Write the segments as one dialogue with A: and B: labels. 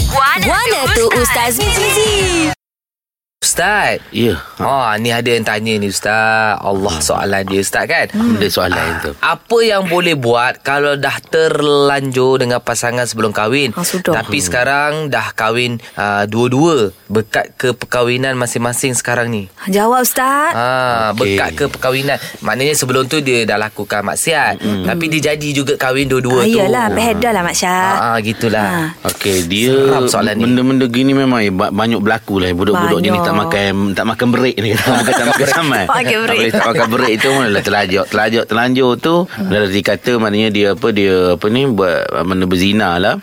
A: Wana,
B: Wana tu Ustaz Mizi.
C: Ustaz
D: Ya
C: Ha, ni ada yang tanya ni Ustaz. Allah
D: Hmm.
C: soalan dia Ustaz kan?
D: Benda soalan tu
C: Apa yang boleh buat kalau dah terlanjur dengan pasangan sebelum kahwin?
A: Ah,
D: Ha,
A: sudah.
C: Tapi
D: Hmm.
C: sekarang dah kahwin uh, dua-dua. Berkat ke perkahwinan masing-masing sekarang ni.
A: Jawab Ustaz.
C: Ha, okay.
D: Okey.
C: berkat ke perkahwinan. Maknanya sebelum tu dia dah lakukan maksiat. Mm.
D: Hmm.
C: Tapi dia jadi juga kahwin
A: Ah,
C: dua-dua tu.
A: Yelah, behedah lah Mak Syah.
C: Ha, ha, gitulah.
D: Okey dia
C: Seram soalan ni.
D: Benda-benda gini memang eh, ba- Banyak berlaku lah Budak-budak jenis tak
A: Banyak.
D: makan Tak makan break ni Tak makan, tak makan saman
A: Tak makan
D: Tak
A: break.
D: boleh tak makan break tu Mana lah telajak Telajak telanjur tu Dah dikata maknanya dia apa Dia apa ni Buat benda berzina lah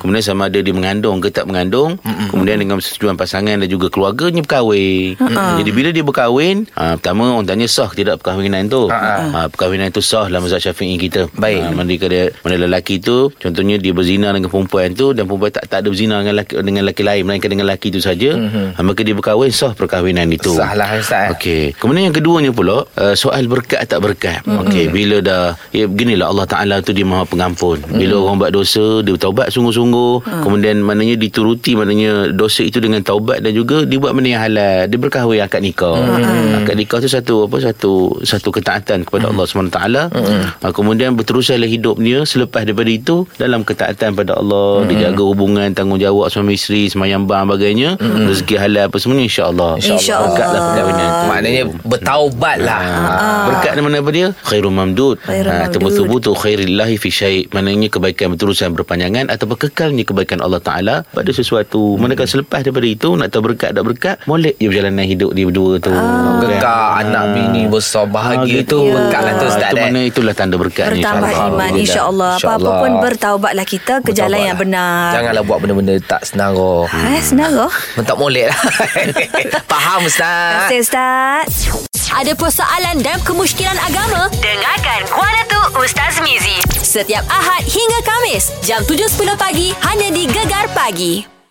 D: Kemudian sama ada dia mengandung ke tak mengandung Kemudian dengan persetujuan pasangan Dan juga keluarganya berkahwin Jadi bila dia berkahwin ah, Pertama orang tanya sah ke tidak perkahwinan tu Ah, Perkahwinan tu sah dalam mazhab syafi'i kita
C: Baik.
D: Ah, mana dia kata mana lelaki tu contohnya dia berzina dengan perempuan tu dan perempuan tak tak ada berzina dengan lelaki dengan lelaki lain melainkan dengan lelaki tu saja mm-hmm. maka dia berkahwin sah perkahwinan itu
C: Mhm. Sah lah, Ustaz.
D: okey kemudian yang keduanya pula uh, soal berkat tak berkat mm-hmm. okey bila dah ya beginilah Allah Taala tu dia Maha Pengampun bila mm-hmm. orang buat dosa dia taubat sungguh-sungguh mm. kemudian maknanya dituruti maknanya dosa itu dengan taubat dan juga dia buat benda yang halal dia berkahwin akad nikah mm-hmm. akad nikah tu satu apa satu satu ketaatan kepada Allah SWT mm-hmm. kemudian berterusanlah hidupnya selepas daripada itu dalam ketaatan pada Allah mm-hmm. dia jaga hubungan tanggungjawab suami isteri semayang bang bagainya mm-hmm. rezeki halal apa semuanya insyaAllah
A: InsyaAllah.
D: berkatlah
A: Ah.
D: perkahwinan tu
C: Maknanya bertaubat lah.
D: Ah. Berkat nama apa dia? Khairul mamdud.
A: Khairul
D: Ah,
A: mamdud.
D: Tumutubutu khairillahi fi syai'. Maknanya kebaikan berterusan berpanjangan ataupun kekalnya kebaikan Allah Taala pada sesuatu.
A: Hmm.
D: Manakala selepas daripada itu nak tahu berkat tak berkat, molek je perjalanan hidup dia berdua tu. Ah.
C: Berkat anak bini besar
A: Ah,
C: bahagia tu. Berkat lah tu Ustaz.
D: Itu
C: eh.
D: Ah, mana itulah tanda berkatnya
A: Bertambah
D: insyaAllah.
A: iman
C: Alhamdulillah.
A: InsyaAllah Apa-apa
C: InsyaAllah.
A: pun bertaubatlah kita Ke jalan yang benar
C: Janganlah buat benda-benda tak senara.
A: Eh senara
C: Mentak molek lah. Faham
A: Terima
C: Ustaz.
A: kasih Ustaz
B: Ada persoalan dan kemusykilan agama?
E: Dengarkan Guana tu Ustaz Mizi.
B: Setiap Ahad hingga Kamis, jam 7.10 pagi, hanya di Gegar Pagi.